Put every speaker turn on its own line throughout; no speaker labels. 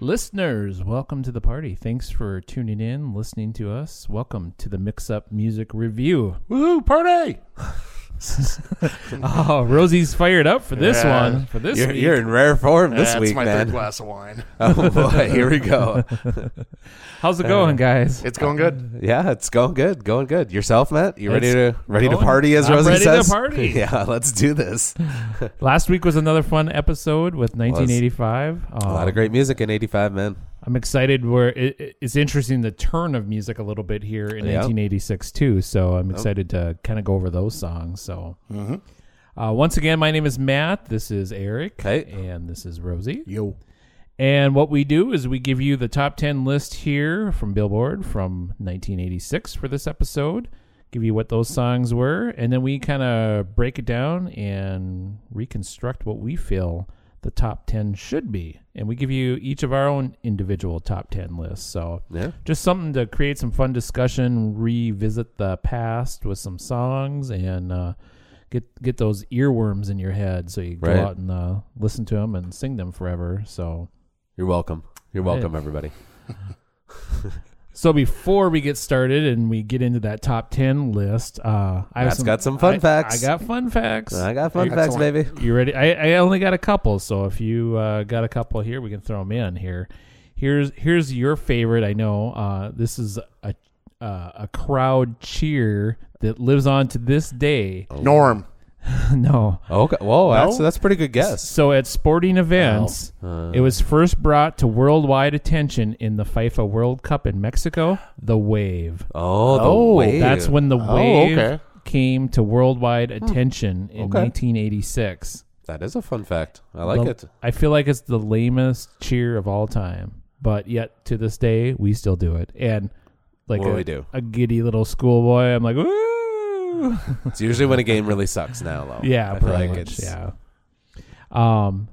Listeners, welcome to the party. Thanks for tuning in, listening to us. Welcome to the Mix Up Music Review.
Woo, party!
Oh, Rosie's fired up for this
Yeah.
one. For this
You're,
week.
you're in rare form this
That's
week,
my third
man.
glass of wine.
Oh boy, here we go.
How's it going, guys?
It's going good.
Yeah, it's going good, going good. Yourself, Matt? You ready
It's
to ready
going-
to party as
I'm
Rosie
ready to
says?
party.
yeah, let's do this.
Last week was another fun episode with 1985.
A lot of great music in '85, man.
I'm excited. Where it, it- it's interesting the turn of music a little bit here in
Yeah.
1986 too. So I'm excited to kind of go over those songs. So uh, once again, my name is Matt. This is Eric,
Hey.
and this is Rosie.
Yo.
And what we do is we give you the top 10 list here from Billboard from 1986 for this episode, give you what those songs were, and then we kind of break it down and reconstruct what we feel the top 10 should be. And we give you each of our own individual top 10 lists. So
Yeah.
just something to create some fun discussion, revisit the past with some songs, and uh, get get those earworms in your head so you go
Right.
out and uh, listen to them and sing them forever. So.
You're welcome. You're
Right.
welcome, everybody.
So before we get started and we get into that top ten list, uh, I have
Matt's got some fun
I-
facts.
I got fun facts.
I got fun
Excellent.
facts, baby.
You ready? I, I only got a couple, so if you uh, got a couple here, we can throw them in here. Here's here's your favorite. I know uh, this is a uh, a crowd cheer that lives on to this day.
Norm.
no.
Okay. Whoa, that's that's a pretty good guess.
So at sporting events,
uh,
it was first brought to worldwide attention in the FIFA World Cup in Mexico. The wave.
Oh, the
Oh,
wave.
That's when the
Oh,
wave
okay.
came to worldwide attention in
Hmm. Okay.
1986.
that is a fun fact. I like
The-
it.
I feel like it's the lamest cheer of all time, but yet to this day we still do it. And like
Well,
a,
we do.
a giddy little schoolboy, I'm like, ooh,
It's usually when a game really sucks now, though.
yeah,
I feel
pretty
like
much,
it's
yeah. Um,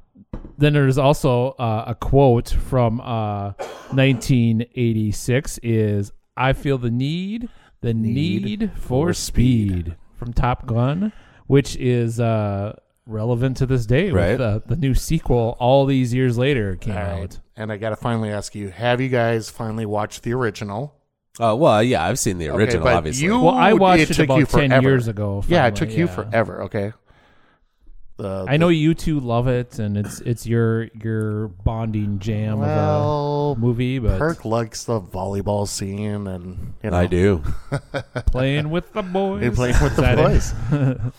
then there's also uh, a quote from uh, 1986 is I feel the need, the need, for speed. from Top Gun, which is uh, relevant to this day
Right.
with uh, the new sequel all these years later came
All right.
out.
And I got to finally ask you have you guys finally watched the original?
Uh, well, yeah, I've seen the original,
but
obviously.
You,
Well, I watched it,
took
about
you
10
forever.
years ago.
Yeah, it took
finally,
you
yeah.
forever. Okay. The,
I know you two love it, and it's it's your your bonding jam
Well,
of a movie, but
Kirk likes the volleyball scene, and you know,
I do.
playing with the boys.
They play with
Is
the
that it?
boys.
The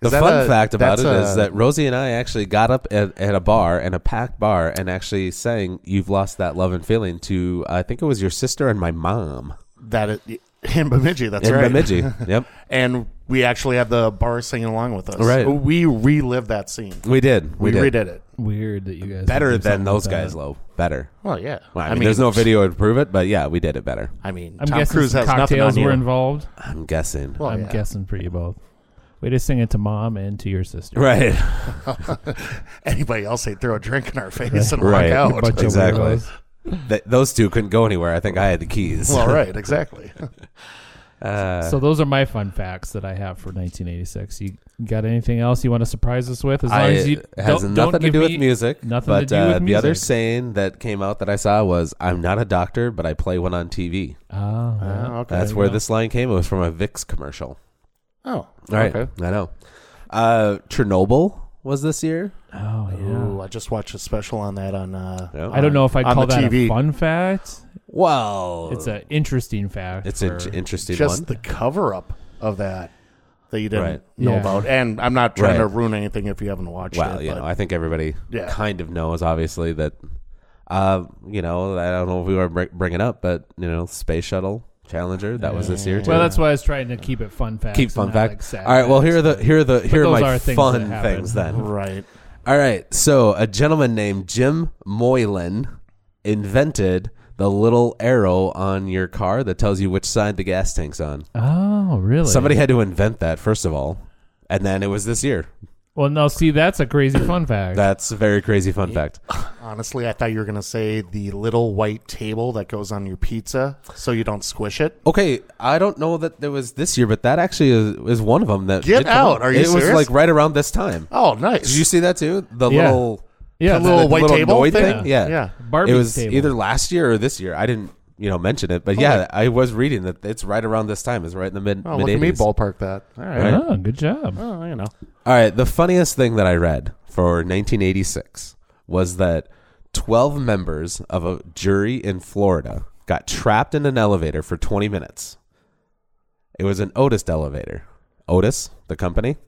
Is that
fun
a-
fact about
that's
it is
a-
that Rosie and I actually got up at, at a bar, and a packed bar, and actually sang You've Lost That Love and Feeling to, I think it was your sister and my mom
that it, in Bemidji. That's
in
right.
Bemidji. yep.
and we actually had the bar singing along with us.
Right.
We relived that scene.
We did.
We,
We, did.
redid it.
Weird that you guys
Better
would do
than
something
those
like
guys,
that.
Low. Better.
Well, yeah.
Well, I, mean, there's no video to prove it, but yeah, we did it better.
I mean,
I'm
Tom
guessing
Cruise
some
has nothing
cocktails
on you.
were involved.
I'm guessing.
Well,
I'm
yeah.
guessing for you both. Way to sing it to mom and to your sister.
right.
Anybody else, they throw a drink in our face and
Right.
walk
Bunch
out.
of
Exactly.
weirdos.
Th- those two couldn't go anywhere. I think I had the keys.
well, right, exactly.
Uh,
So those are my fun facts that I have for 1986. You got anything else you want to surprise us with? As long
I,
as you
it has
don't, don't
nothing to
give
do
me-
with music.
Nothing
but,
to do
uh,
with music.
The other saying that came out that I saw was, "I'm not a doctor, but I play one on TV."
Oh, yeah.
Oh, okay.
That's where this line came. It was from a Vicks commercial.
Oh,
All right,
okay.
I know. Uh, Chernobyl was this year.
oh yeah.
Ooh, I just watched a special on that on. Uh,
Yeah.
I don't know if I'd
On
call
the
that a
TV.
fun fact.
Well,
It's an interesting fact.
it's
for-
an interesting
just
one.
the cover up of that that you didn't
Right.
know
Yeah.
about. And I'm not trying to
Right.
ruin anything if you haven't watched
Well,
it.
you
but
know, I think everybody
Yeah.
kind of knows, obviously, that. Uh, you know, I don't know if we were br- bringing up, but you know, space shuttle Challenger that was this year too.
well, that's why I was trying to keep it fun facts.
keep fun
and not, like,
fact.
sad
All right, well here are
facts.
the here are the here are
those
my
are things that
fun
happen.
things then.
right.
All right, so a gentleman named Jim Moylan invented the little arrow on your car that tells you which side the gas tank's on.
Oh, really?
Somebody had to invent that first of all, and then it was this year.
Well, no. See, that's a crazy fun fact.
That's a very crazy fun fact.
Honestly, I thought you were gonna say the little white table that goes on your pizza so you don't squish it.
Okay, I don't know that there was this year, but that actually is, is one of them. That
Get
did come
out. Are you
It was
serious?
like right around this time.
Oh, nice.
Did you see that too? The
Yeah.
little
Yeah,
The little
The
white
little
table
annoyed
thing?
Yeah.
Yeah.
Barbie
it was
table.
either last year or this year. I didn't, you know, mention it, but yeah, I was reading that it's right around this time. It's right in the mid
Oh,
mid
look at me
eighties. All
ballpark that. All right.
Right.
Oh, good job.
Oh, you know.
right, the funniest thing that I read for 1986 was that 12 members of a jury in Florida got trapped in an elevator for 20 minutes. It was an Otis elevator. Otis, the company,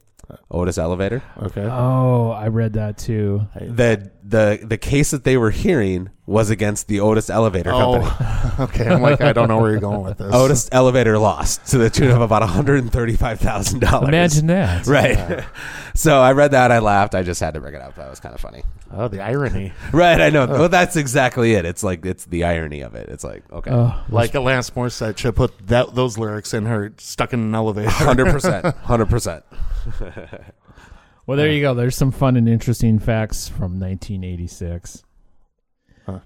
Otis elevator.
Okay.
Oh, I read that too.
The the the case that they were hearing was against the Otis elevator company.
oh, okay. I'm like, I don't know where you're going with this.
Otis elevator lost to the tune of about one hundred and thirty-five thousand dollars.
Imagine that.
right? so I read that, I laughed. I just had to bring it up. That was kind of funny,
Oh, the irony.
right? I know. Well, that's exactly it. It's like it's the irony of it. It's like okay,
Oh,
Like Alanis Morissette should put that, those lyrics in her "Stuck in an Elevator."
hundred percent, hundred percent.
well, there you go. There's some fun and interesting facts from 1986.
Huh.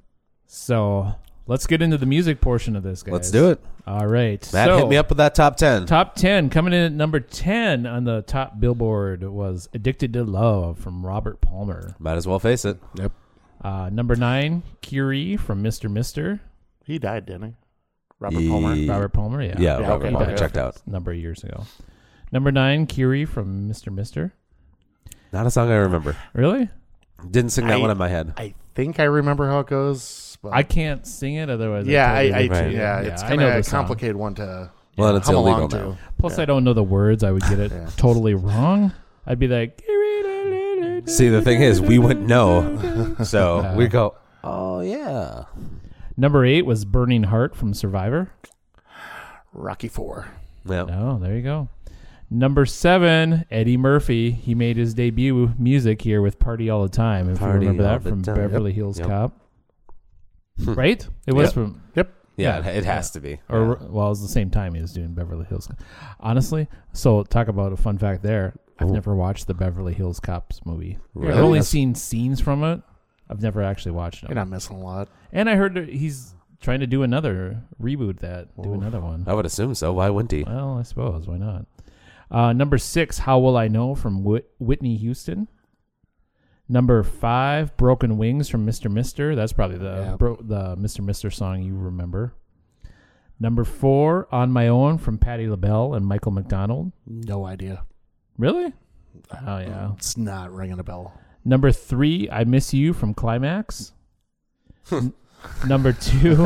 So let's get into the music portion of this, guys.
Let's do it.
All right.
Matt,
so,
hit me up with that top ten.
Top 10. Coming in at number 10 on the top billboard was Addicted to Love from Robert Palmer.
Might as well face it.
Yep.
Uh, number 9, Curie from Mr. Mister.
He died, didn't he? Robert Palmer.
Ye-
Robert Palmer, yeah.
Yeah,
Yeah,
Robert
okay,
Palmer
okay.
checked out.
Number of years ago. Number 9, Curie from Mr. Mister.
Not a song I remember.
Really?
Didn't sing that
I-
one in my head.
I think I remember how it goes. But
I can't sing it, otherwise.
yeah, I,
totally
I,
would.
Right.
yeah,
Yeah,
it's
I
kind
know
of a
the song.
complicated one to
Well, and it's
hum
illegal
along
now.
to.
Plus, I don't know the words. I would get it
Yeah.
totally wrong. I'd be like,
See, the thing is, we wouldn't know, so we go. Oh yeah.
number eight was "Burning Heart" from Survivor.
Rocky Four.
Yeah.
Oh, there you go. Number seven, Eddie Murphy. He made his debut music here with "Party All the Time." If
Party
you remember
all
that
the
from
time.
Beverly
Yep.
Hills
Yep. Hmm.
Cop, right? It was
Yep.
from,
Yep.
Yeah, it, it has to be.
or well, it was the same time he was doing Beverly Hills. Cop. Honestly, so talk about a fun fact there. I've never watched the Beverly Hills Cops movie.
Really?
I've only
That's-
seen scenes from it. I've never actually watched it.
You're not missing a lot.
And I heard that he's trying to do another reboot that, do another one.
I would assume so. Why wouldn't he?
Well, I suppose why not? Uh, number six, "How Will I Know" from Whit- Whitney Houston. Number five, "Broken Wings" from Mister Mister. That's probably the
Yeah.
bro- the Mister Mister song you remember. Number four, "On My Own" from Patti LaBelle and Michael McDonald.
No idea. Mm,
Really? Oh yeah.
It's not ringing a bell.
Number three, I Miss You from Climax. N- Number two,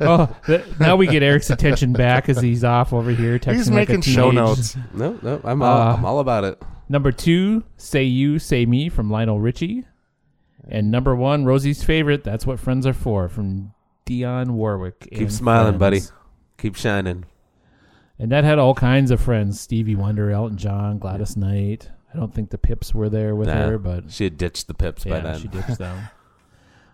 oh, th- now we get Eric's attention back as he's off over here texting.
He's
like a
making show
teenage-
notes.
No, no, I'm all,
Uh,
I'm all about it.
Number two, Say You, Say Me from Lionel Richie. And number one, Rosie's favorite, That's What Friends Are For from Dion Warwick.
Keep
and
smiling, buddy.
Friends.
Keep shining.
And that had all kinds of friends Stevie Wonder, Elton John, Gladys Knight. I don't think the Pips were there with
Nah,
her, but
She had ditched the pips by
yeah,
then.
she ditched them.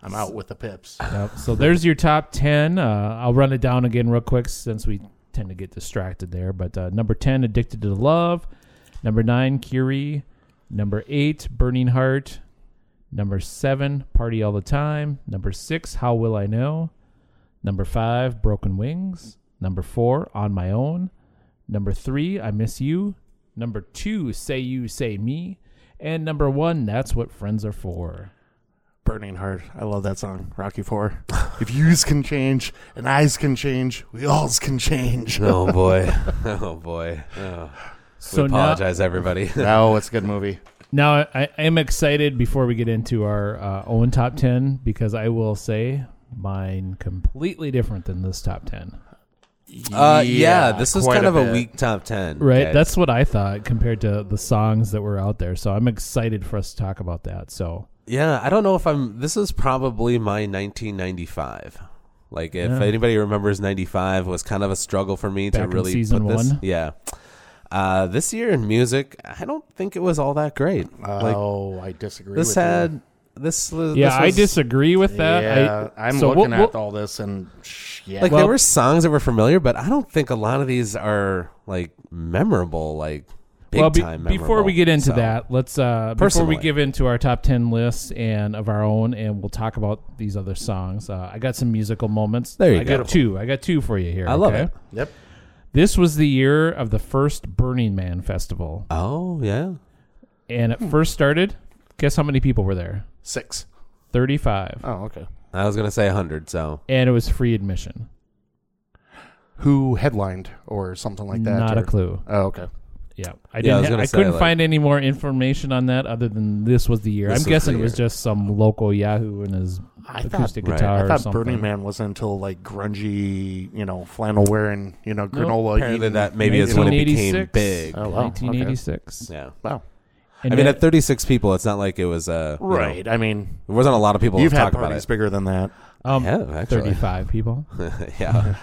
I'm out with the pips.
Yep. So there's your top 10. Uh, I'll run it down again real quick since we tend to get distracted there. But uh, number 10, Addicted to Love. Number 9, Curie. Number 8, Burning Heart. Number 7, Party All the Time. Number 6, How Will I Know. Number 5, Broken Wings. Number 4, On My Own. Number 3, I Miss You. Number 2, Say You, Say Me. And number 1, That's What Friends Are For.
Burning Heart. I love that song. Rocky Four. if yous can change and eyes can change, we alls can change.
oh boy. Oh boy. Oh.
So
we
now-
apologize, everybody.
No, Oh, it's a good movie.
Now I, I am excited before we get into our uh, own top ten because I will say mine completely different than this top ten.
uh, yeah, this is
quite
kind of a
bit.
weak top ten.
Right,
Okay.
that's what I thought compared to the songs that were out there. So I'm excited for us to talk about that. So
yeah. I don't know if I'm. This is probably my 1995. Like if
Yeah.
anybody remembers 95 was kind of a struggle for me
Back
to
in
really
season
put this.
one?
Yeah. Uh, this year in music, I don't think it was all that great. like
oh, I disagree.
this
with you.
had this. was-
yeah,
this
I
was-
disagree with that.
Yeah,
I,
I, am
so
looking
we'll-
at
we'll-
all this and sh- yeah,
Like
Well-
there were songs that were familiar, but I don't think a lot of these are like memorable, like big
well, be-
time. memorable.
before we get into
So,
that, let's uh, before we
Personally.
give into our top ten lists and of our own, and we'll talk about these other songs. Uh, I got some musical moments.
There you
I
go.
got two. I got two for you here.
I love
okay?
it.
yep.
This was the year of the first Burning Man festival,
Oh yeah,
Hmm.
and it first started. Guess how many people were there?
Six.
35.
Oh, okay.
I was gonna say 100, so
And it was free admission.
Who headlined or something like that?
Not
or-
a clue.
Oh, okay.
Yeah. I
I
didn't
was
ha-
gonna
I
say,
couldn't
like-
find any more information on that other than this was the year.
This
I'm
was
guessing
the
it was
year.
just some local Yahoo and his
I thought,
acoustic
right.
guitar
I
or
thought
something.
Burning Man wasn't until like grungy, you know, flannel wearing, you know, granola.
apparently
eating.
that maybe is when it became
1986.
big.
Oh, wow.
1986.
Yeah.
Wow.
Uh, And
I mean,
that-
at 36 people, it's not like it was uh, you know,
Right. I mean,
there wasn't a lot of people
you've
to
had
talk about
parties
it.
bigger than that.
um,
Yeah, actually.
35 people.
yeah,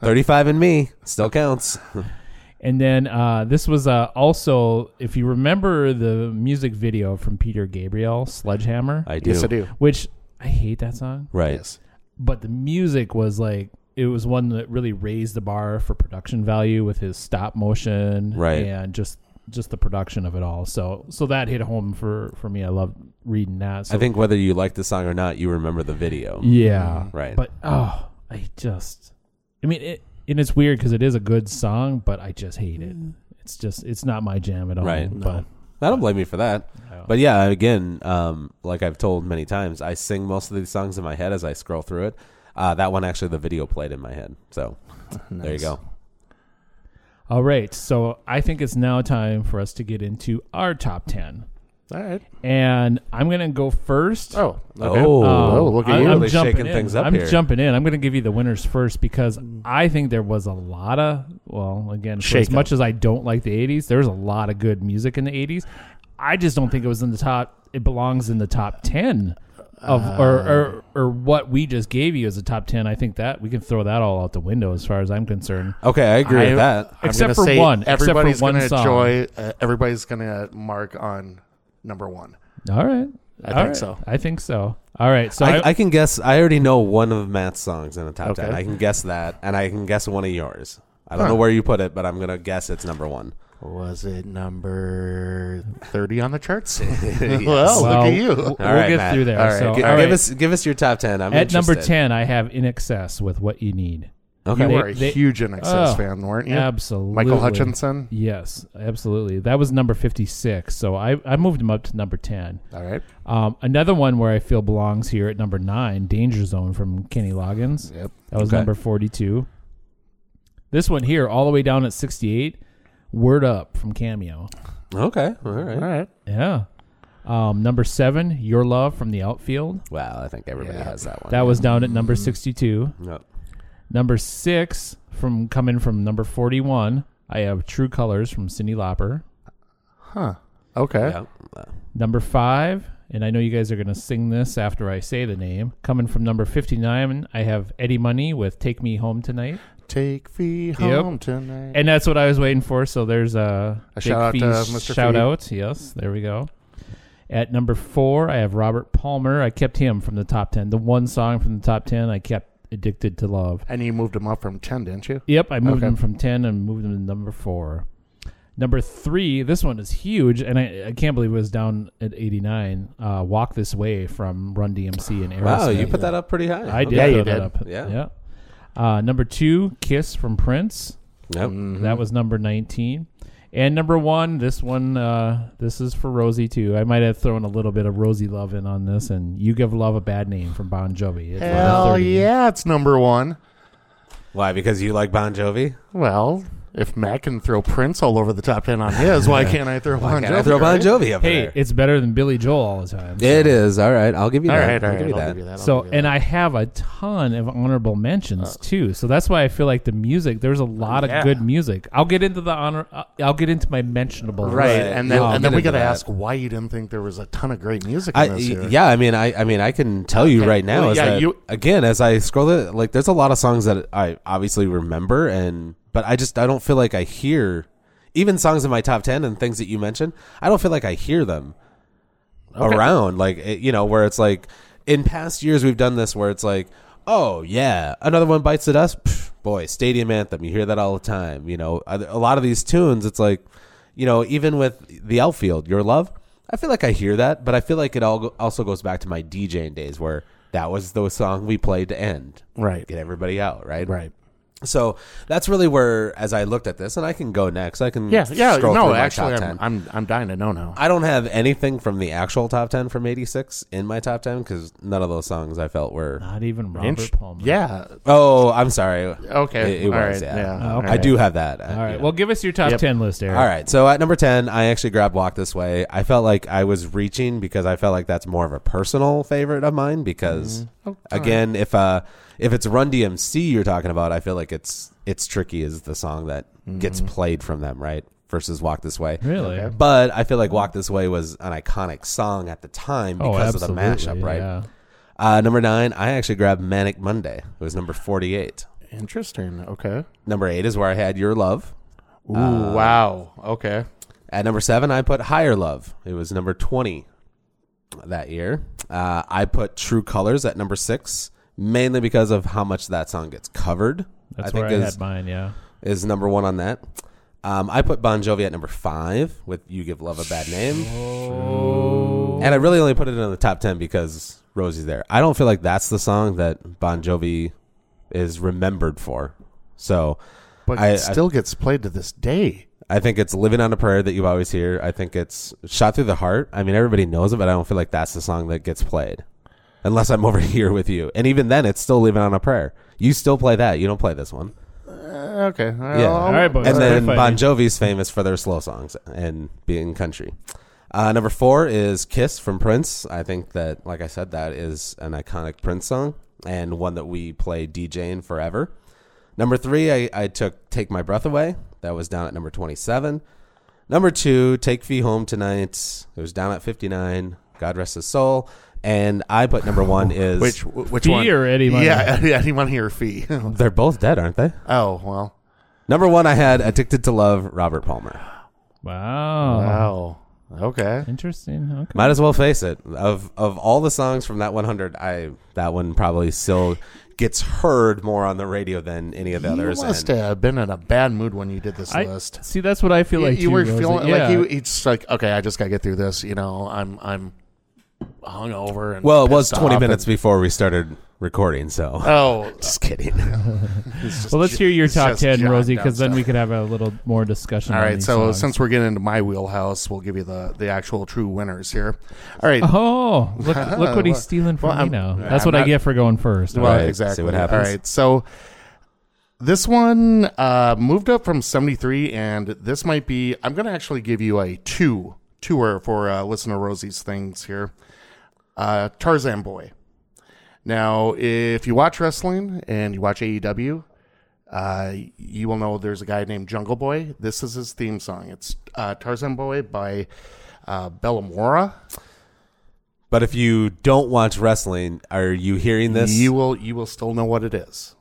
35 and me still counts.
And then uh, this was uh, also, if you remember the music video from Peter Gabriel, Sledgehammer,
I do.
Yes, I do.
which I hate that song,
Right.
Yes.
but the music was like, it was one that really raised the bar for production value with his stop motion
Right.
and just just the production of it all. So so that hit home for for me. I love reading that. So,
I think whether you like the song or not, you remember the video.
yeah,
Right.
But oh, I just, I mean, it, and it's weird because it is a good song, but I just hate it. It's just, it's not my jam at all.
Right.
But
I don't blame you for that. But yeah, again, um, like I've told many times, I sing most of these songs in my head as I scroll through it. Uh, that one actually, the video played in my head. So there you
Nice.
go.
all right, so I think it's now time for us to get into our top ten,
All right. and
and I'm gonna go first. Um,
Oh. Okay.
Oh,
oh, look at
I-
you.
I'm
Really
jumping
shaking
in.
things up
I'm
here.
jumping in. I'm going to give you the winners first because I think there was a lot of, well, again, for as
Shake
much as I don't like the 80s, there was a lot of good music in the 80s. I just don't think it was in the top, it belongs in the top 10 of, or, or, or what we just gave you as a top 10. I think that we can throw that all out the window as far as I'm concerned.
Okay, I agree
I-
with that.
I'm
Except
gonna
for
say
one. Except for
Everybody's
one
gonna
song.
enjoy. Uh, everybody's gonna mark on number one.
All right.
I
All
think
right.
so.
I think so. All right. So
I,
I,
I can guess. I already know one of Matt's songs in the top
Okay.
ten. I can guess that, and I can guess one of yours. I don't
Huh.
know where you put it, but I'm gonna guess it's number one.
Was it number thirty on the charts?
Yes.
Well,
Well, look at you.
w- we'll
All right,
get
Matt.
through there.
All right.
So,
Gi-
all
Give
right.
us give us your top ten. I'm
at number
interested.
10, I have In Excess with What You Need.
you
Okay.
They-
were a
they-
huge NXS
Oh,
fan, weren't you?
Absolutely.
Michael Hutchinson.
Yes, absolutely. That was number 56. So I, I moved him up to number 10.
All right.
Um, another one where I feel belongs here at number 9, Danger Zone from Kenny Loggins.
Yep.
That was
Okay.
number 42. This one here, all the way down at 68, Word Up from Cameo.
Okay. All right.
All right.
Yeah. Um, number 7, Your Love from The Outfield.
Well, I think everybody
Yeah.
has that one.
That was down at number 62.
Yep.
Number 6, from coming from number 41, I have True Colors from Cindy Lauper.
Huh. Okay.
Yep. Uh,
Number five, and I know you guys are going to sing this after I say the name. Coming from number 59, I have Eddie Money with Take Me Home Tonight.
Take me home tonight.
And that's what I was waiting for. So there's a,
A
big
shout out to
fees-
Mr.
Shout
Fee.
out. Yes, there we go. At number four, I have Robert Palmer. I kept him from the top 10. The one song from the top 10 I kept Addicted to Love.
And you moved him up from ten, didn't you?
Yep, I moved
Okay.
him from 10 and moved him to number 4. Number 3, this one is huge, and I, I can't believe it was down at 89. Uh, Walk This Way from Run DMC and Aerosmith.
Wow, you put that up pretty high.
I did
Okay.
Yeah,
throw
you
that
did.
up.
Yeah.
yeah. Uh, number 2, Kiss from Prince.
Yep.
That was number 19. And number 1, this one, uh, this is for Rosie, too. I might have thrown a little bit of Rosie Love in on this, and You Give Love a Bad Name from Bon Jovi. It's number
Hell
30.
yeah, it's number one.
Why? Because you like Bon Jovi?
Well, if Matt can throw Prince all over the top ten on his, why can't I throw Bon
Can I
Jovi?
throw Bon
right?
Jovi up
Hey,
there?
it's better than Billy Joel all the time. so-
it is. All right. I'll give you
All
that.
right, all
I'll
right.
give you
I'll
that.
give you that. I'll
So,
give you
and
that.
I have Uh. a ton of honorable mentions too. So that's why I feel like the music. There's a lot of
Oh, Yeah.
good music. I'll get into the honor. uh, I'll get into my mentionable.
Right,
Right,
and then
yeah,
and then
I'll
we
get
got to
into that.
ask why you didn't think there was a ton of great music in
I,
this year.
yeah, I mean, I, I mean, I can tell you
Okay.
right now
Well,
is
yeah,
that
you-
again, as I scroll it, like there's a lot of songs that I obviously remember, and but I just I don't feel like I hear even songs in my top ten and things that you mentioned. I don't feel like I hear them around, like it, you know, where it's like in past years we've done this where it's like, oh yeah, another one bites the dust. Pff, boy, stadium anthem, you hear that all the time. You know, a a lot of these tunes, it's like, you know, even with the outfield, your love. I feel like I hear that, but I feel like it all go- also goes back to my DJing days where that was the song we played to end,
Right.
get everybody out, right?
Right.
So that's really where, as I looked at this, and I can go next. I can
Yeah, yeah.
Scroll
No,
through my
actually,
top
I'm,
10.
I'm I'm dying to know now.
I don't have anything from the actual top ten from '86 in my top ten because none of those songs I felt were.
Not even Robert
Inch-
Palmer.
Yeah.
Oh, I'm sorry.
Okay.
It- it
all
was,
right,
yeah.
Oh,
all
okay.
I
right.
do have that.
All right.
Yeah.
Well, give us your top
Yep.
ten list, Eric.
All right. So at number 10, I actually grabbed Walk This Way. I felt like I was reaching because I felt like that's more of a personal favorite of mine because
Mm-hmm. Oh,
again, if uh if it's Run DMC you're talking about, I feel like it's it's tricky is the song that
Mm-hmm.
gets played from them, right? Versus Walk This Way.
Really?
But I feel like Walk This Way was an iconic song at the time
Oh,
because of the
absolutely,
mashup, right?
yeah.
Uh, number nine, I actually grabbed Manic Monday. It was number 48.
Interesting. Okay. Uh,
Number eight is where I had Your Love.
Ooh. wow. Okay.
At number seven, I put Higher Love. It was number 20 that year. Uh, I put True Colors at number six, mainly because of how much that song gets covered.
That's
I
where
think
I
is,
had mine. Yeah.
is number one on that. Um, I put Bon Jovi at number five with You Give Love a Bad Name. And I really only put it in the top 10 because Rosie's there. I don't feel like that's the song that Bon Jovi is remembered for. So
But
I- I-
it still gets played to this day.
I think it's "Living on a Prayer" that you always hear. I think it's "Shot Through the Heart." I mean, everybody knows it, but I don't feel like that's the song that gets played, unless I'm over here with you. And even then, it's still "Living on a Prayer." You still play that. You don't play this one.
Uh, okay.
Yeah.
All right, boys.
and
that's
then
pretty funny.
Bon Jovi's famous for their slow songs and being country. Uh, number four is "Kiss" from Prince. I think that, like I said, that is an iconic Prince song and one that we play DJing forever. Number three, I, I took "Take My Breath Away." That was down at number twenty-seven. Number two, "Take Fee Home Tonight." It was down at fifty-nine. God rest his soul. And I put number one is
Which which
Fee
one?
or Eddie Money?
Yeah, yeah, Eddie Money or Fee. oh
they're both dead, aren't they?
well.
Number one, I had "Addicted to Love," Robert Palmer.
Wow.
Wow. Okay.
Interesting. Okay.
Might as well face it. Of of all the songs from that 100, I that one probably still gets heard more on the radio than any of the
You
others.
must
and-
have been in a bad mood when you did this
I-
list.
See, that's what I feel
You-
like.
you
too,
were
Rosie.
feeling
yeah.
like you. It's like okay, I just gotta get through this. You know, I'm I'm hungover and
well, it was
pissed
20
off
minutes
and-
before we started recording, so
oh,
just kidding.
it's just
Well, let's
j-
hear your
it's
top
just
ten,
jotting
Rosie,
down
because then
stuff.
we could have a little more discussion.
All
on
right,
these
so
songs.
since we're getting into my wheelhouse, we'll give you the the actual true winners here. All right,
oh, look, look what he's stealing from
Well,
me
I'm-
now. That's
I'm
what I
not-
get for going first.
Well,
Right, see
exactly.
what happens.
All right. So this one uh, moved up from 73, and this might be. I'm going to actually give you a two tour for uh, listener Rosie's things here. Uh, Tarzan Boy. Now, if you watch wrestling and you watch AEW, uh, you will know there's a guy named Jungle Boy. This is his theme song. It's uh, Tarzan Boy by uh, Bellamora.
but if you don't watch wrestling, are you hearing this?
You will you will still know what it is.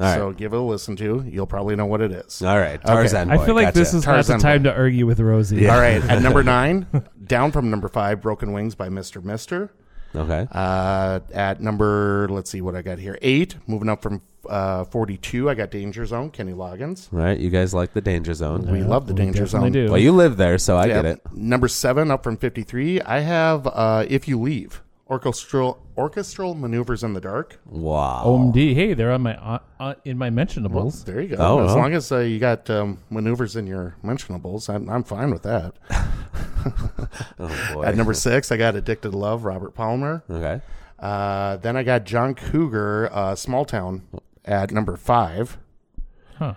All right.
So give it a listen to. You'll probably know what it is.
All right, Tarzan.
I
boy,
feel like
gotcha.
this is
Tarzan
not the time to argue with Rosie.
All right, at number nine, down from number five, Broken Wings by Mr. Mister.
okay.
Uh, at number, let's see what I got here, eight, moving up from uh, 42, I got Danger Zone, Kenny Loggins.
right, you guys like the danger zone.
We love the
we
Danger
definitely
Zone.
do.
well, you live there, so I
Yeah.
get it.
Number seven, up from 53, I have uh, If You Leave, Orchestral Orchestral Maneuvers in the Dark.
Wow.
Oh
OMD. Hey, they're on my uh, uh, in my mentionables.
There you go.
Oh,
as
well.
long as uh, you got um, maneuvers in your mentionables, I'm, I'm fine with that.
Oh, boy.
At number six, I got Addicted to Love, Robert Palmer.
okay.
Uh, then I got John Cougar, uh, Small Town, at number five.
Huh.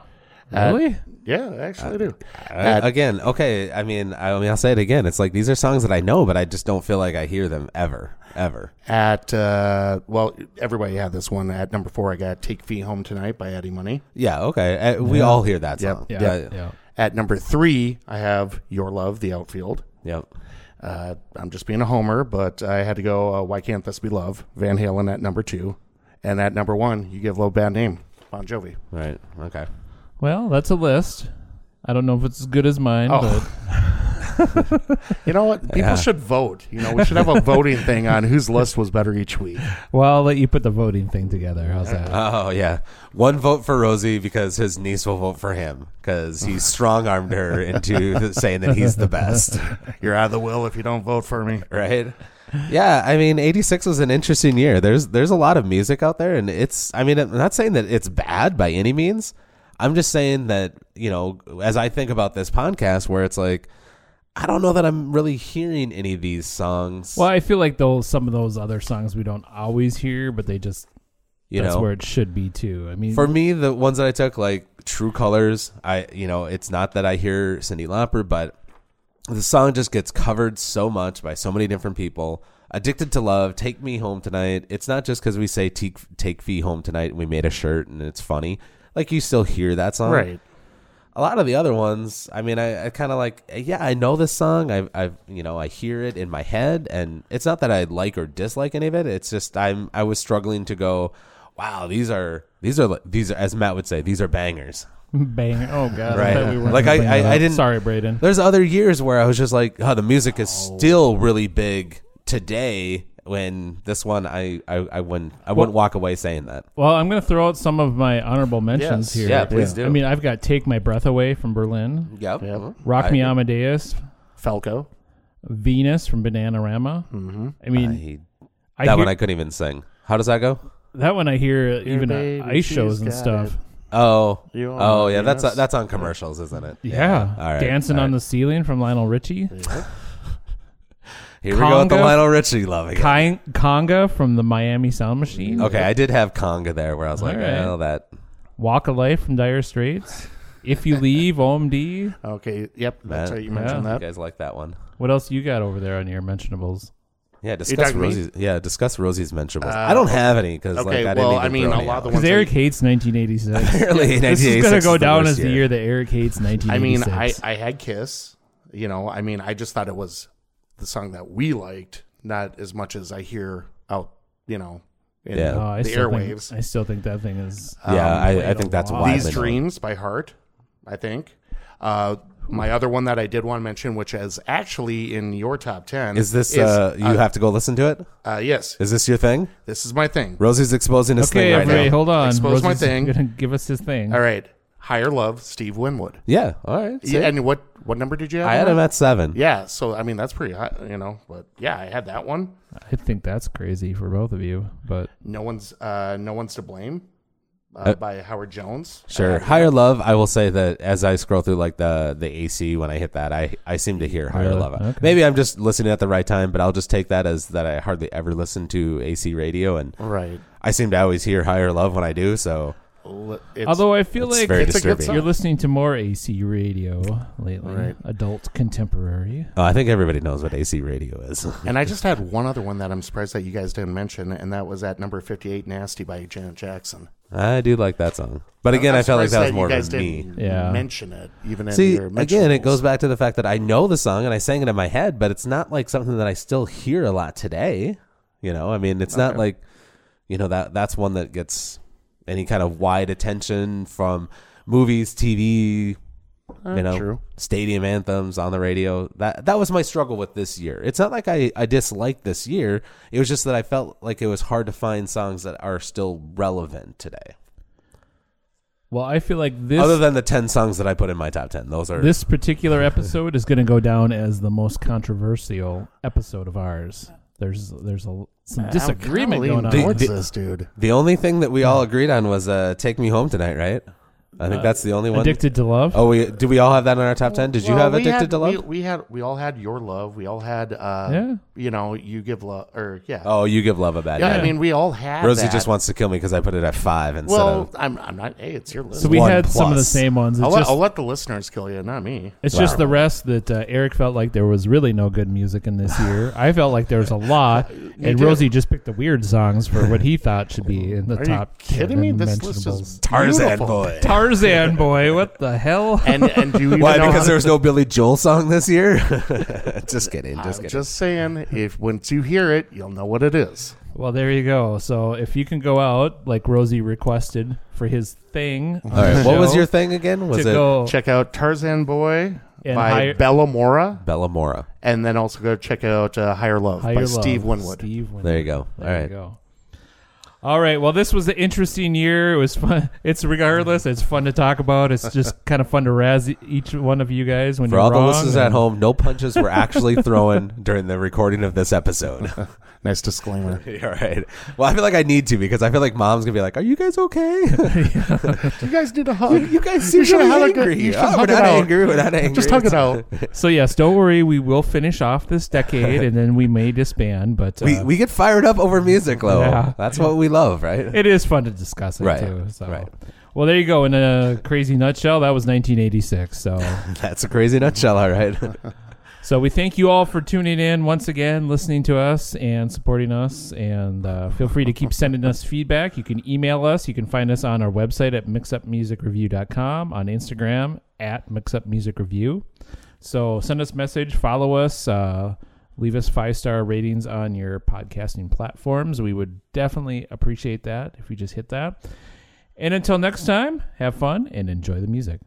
At-
Really?
yeah, actually I do.
Uh,
At-
again, okay. I mean, I, I mean, I'll say it again. It's like these are songs that I know, but I just don't feel like I hear them ever, ever.
At uh, well, everybody had this one. At number four, I got "Take Fee Home Tonight" by Eddie Money.
Yeah, okay. Uh, we all hear that
Yep.
song. Uh,
Yeah.
Yeah,
yeah.
At number three, I have "Your Love," the outfield.
Yep.
Uh, I'm just being a homer, but I had to go. Uh, Why can't this be love? Van Halen at number two, and at number one, you give low bad name. Bon Jovi.
Right. Okay.
Well, that's a list. I don't know if it's as good as mine,
Oh.
but
You know what? People
Yeah.
should vote. You know, we should have a voting thing on whose list was better each week.
well, I'll let you put the voting thing together. How's that?
Oh yeah. One vote for Rosie because his niece will vote for him because he strong armed her into saying that he's the best.
You're out of the will if you don't vote for me.
Right. Yeah, I mean, '86 was an interesting year. There's there's a lot of music out there, and it's. I mean, I'm not saying that it's bad by any means, I'm just saying that, you know, as I think about this podcast where it's like, I don't know that I'm really hearing any of these songs.
Well, I feel like those some of those other songs we don't always hear, but they just
you
that's
know,
where it should be too. I mean,
for me, the ones that I took, like True Colors, I, you know, it's not that I hear Cindy Lauper, but the song just gets covered so much by so many different people. Addicted to Love, Take Me Home Tonight. It's not just because we say Take, take Fee Home Tonight and we made a shirt and it's funny. Like, you still hear that song.
right.
a lot of the other ones, I mean, I, I kind of like, yeah, I know this song. I've, I've, you know, I hear it in my head, and it's not that I like or dislike any of it. It's just I'm, I was struggling to go, wow, these are, these are, li- these are, as Matt would say, these are bangers.
bang! Oh god,
Right.
I thought we weren't
Like,
gonna
I-
bring
I-
that
I
up.
didn't-
Sorry, Braden.
There's other years where I was just like, oh, the music is still really big today. When this one, I, I, I wouldn't, I wouldn't walk away saying that.
Well, I'm going to throw out some of my honorable mentions
Yes.
here.
Yeah, please do.
I mean, I've got "Take My Breath Away" from Berlin,
Yep.
Yep.
"Rock
I
Me
agree.
Amadeus,"
Falco.
"Venus" from Bananarama. Mm-hmm. I mean,
I-
I
that
hear,
one I couldn't even sing. How does that go?
that one I hear even
baby,
on ice
she's
shows and
got
stuff.
it.
Oh,
You are
oh yeah, that's
Venus.
that's on commercials, isn't it?
Yeah,
All right.
"Dancing
All
on
right.
the Ceiling" from Lionel Richie.
Here we go with the
Conga.
Lionel Richie love again.
Ki- Conga from the Miami Sound Machine.
okay, I did have Conga there where I was like,
All right.
oh, that.
Walk of Life from Dire Straits. if You Leave, OMD.
Okay. Yep. That's
That-
right. You mentioned
You
that.
guys like that one.
What else you got over there on your mentionables?
Yeah, discuss
talking to me? Uh,
Rosie's. Yeah, discuss Rosie's mentionables. I don't have any because
Okay,
like I
well,
didn't even
I mean,
throw
a
any
lot
out.
of the
Because
ones
Eric hates 1986.
Apparently,
this is
1986
going to go
the
down
worst
as the year that Eric hates
I mean,
1986.
I, I had Kiss. You know, I mean, I just thought it was the song that we liked, not as much as I hear out, you you know, in
Yeah.
the,
Oh, I
the
still think-
airwaves.
I still think that thing is.
Yeah, I, I
played
think
a
that's
lot.
why.
These Dreams by Heart, I think. Uh, my other one that I did want to mention, which is actually in your top 10.
Is this? uh, you have to go listen to it.
uh, yes,
Is this your thing?
this is my thing.
Rosie's exposing his
Okay,
thing right
everybody,
now.
hold on.
Expose my
Rosie's
thing.
Gonna give us his thing.
All right. Higher Love, Steve Winwood.
Yeah. All right. see?
Yeah, and what, what number did you have?
I had
on
him
that?
at seven.
Yeah, so I mean that's pretty hot, you know. But yeah, I had that one.
I think that's crazy for both of you, but
No one's uh, no one's to blame uh, by Howard Jones.
Sure. Higher Love, I will say that as I scroll through like the the AC when I hit that, I I seem to hear Higher
Really?
Love.
Okay.
Maybe I'm just listening at the right time, but I'll just take that as that I hardly ever listen to AC radio and
Right.
I seem to always hear Higher Love when I do, so
It's,
although I feel
it's
like
very
it's a good
disturbing.
you're listening to more AC radio lately,
Right.
adult contemporary.
Oh, I think everybody knows what AC radio is.
and I just had one other one that I'm surprised that you guys didn't mention, and that was at number 58, "Nasty" by Janet Jackson.
I do like that song. But again,
I'm
I felt like
surprised
that was more
you guys
of a me.
didn't
Yeah.
mention it even in
See,
your
again, it
mentionables.
goes back to the fact that I know the song and I sang it in my head, but it's not like something that I still hear a lot today. You know, I mean, it's not like, you know, that that's one that gets any kind of wide attention from movies, TV, you know,
true.
stadium anthems on the radio. That that was my struggle with this year. It's not like I I disliked this year. It was just that I felt like it was hard to find songs that are still relevant today.
Well, I feel like this
Other than the 10 songs that I put in my top 10. Those are
this particular episode is going to go down as the most controversial episode of ours. There's there's a some disagreement
I'm
going
kinda
on.
leaning
on.
towards
The-
this dude.
The only thing that we all agreed on was uh, "Take Me Home Tonight," right? I think that's the only one.
Addicted to love.
Oh, we do we all have that in our top ten? Did you
Well,
have
we
"Addicted
had-
to Love"?
We, we had we all had your love. We all had uh,
Yeah.
you know you give love or yeah.
oh, you give love a bad
yeah,
name.
I mean we all had.
Rosie
that.
just wants to kill me because I put it at five instead
Well,
of.
I'm I'm not. Hey, it's your list.
so we
one
had some of the
plus.
same ones. It's
I'll, let-
just
I'll let the listeners kill you, not me.
it's just
Wow.
the rest that uh, Eric felt like there was really no good music in this year. I felt like there was a lot, and
did.
Rosie just picked the weird songs for what he thought should be in the
Are you
top.
kidding
10
me? This list
mentionables.
is
Tarzan
beautiful.
boy.
Tarzan boy. What the hell?
And and do you even
Why?
know
Because
how-
there was no Billy Joel song this year. just kidding. Just
I'm
kidding.
just saying, if once you hear it, you'll know what it is.
Well, there you go. So if you can go out like Rosie requested for his thing,
all right. What was your thing again? Was
to
it
go?
Check out Tarzan Boy
And
by
higher-
Bella Mora,
Bella Mora?
and then also go check out uh, Higher Love
Higher
by
Love,
Steve Winwood.
Steve Winwood.
There you go.
There
all
you
right.
go. All right. Well, this was an interesting year. It was fun. It's regardless. It's fun to talk about. It's just kind of fun to razz e- each one of you guys when
For
you're
all the
wrong.
listeners at
and-
home, no punches were actually thrown during the recording of this episode.
Nice disclaimer.
All right. Well, I feel like I need to because I feel like mom's gonna be like, "Are you guys okay?
You guys need a hug.
you guys seem
should
really
have a good-
angry.
you should
Oh, we're
hug it
not
out.
angry. We're not angry.
Just hug it out.
So yes, don't worry. We will finish off this decade, and then we may disband. But uh,
We we get fired up over music, Lo.
Yeah.
That's what we love, right?
it is fun to discuss it
Right,
too. So.
right.
Well, there you go. In a crazy nutshell, that was 1986. So.
That's a crazy nutshell. All right.
So we thank you all for tuning in once again, listening to us and supporting us. And uh, feel free to keep sending us feedback. You can email us. You can find us on our website at mixupmusicreview.com, on Instagram at mixupmusicreview. So send us message, follow us, uh, leave us five star ratings on your podcasting platforms. We would definitely appreciate that if you just hit that. And until next time, have fun and enjoy the music.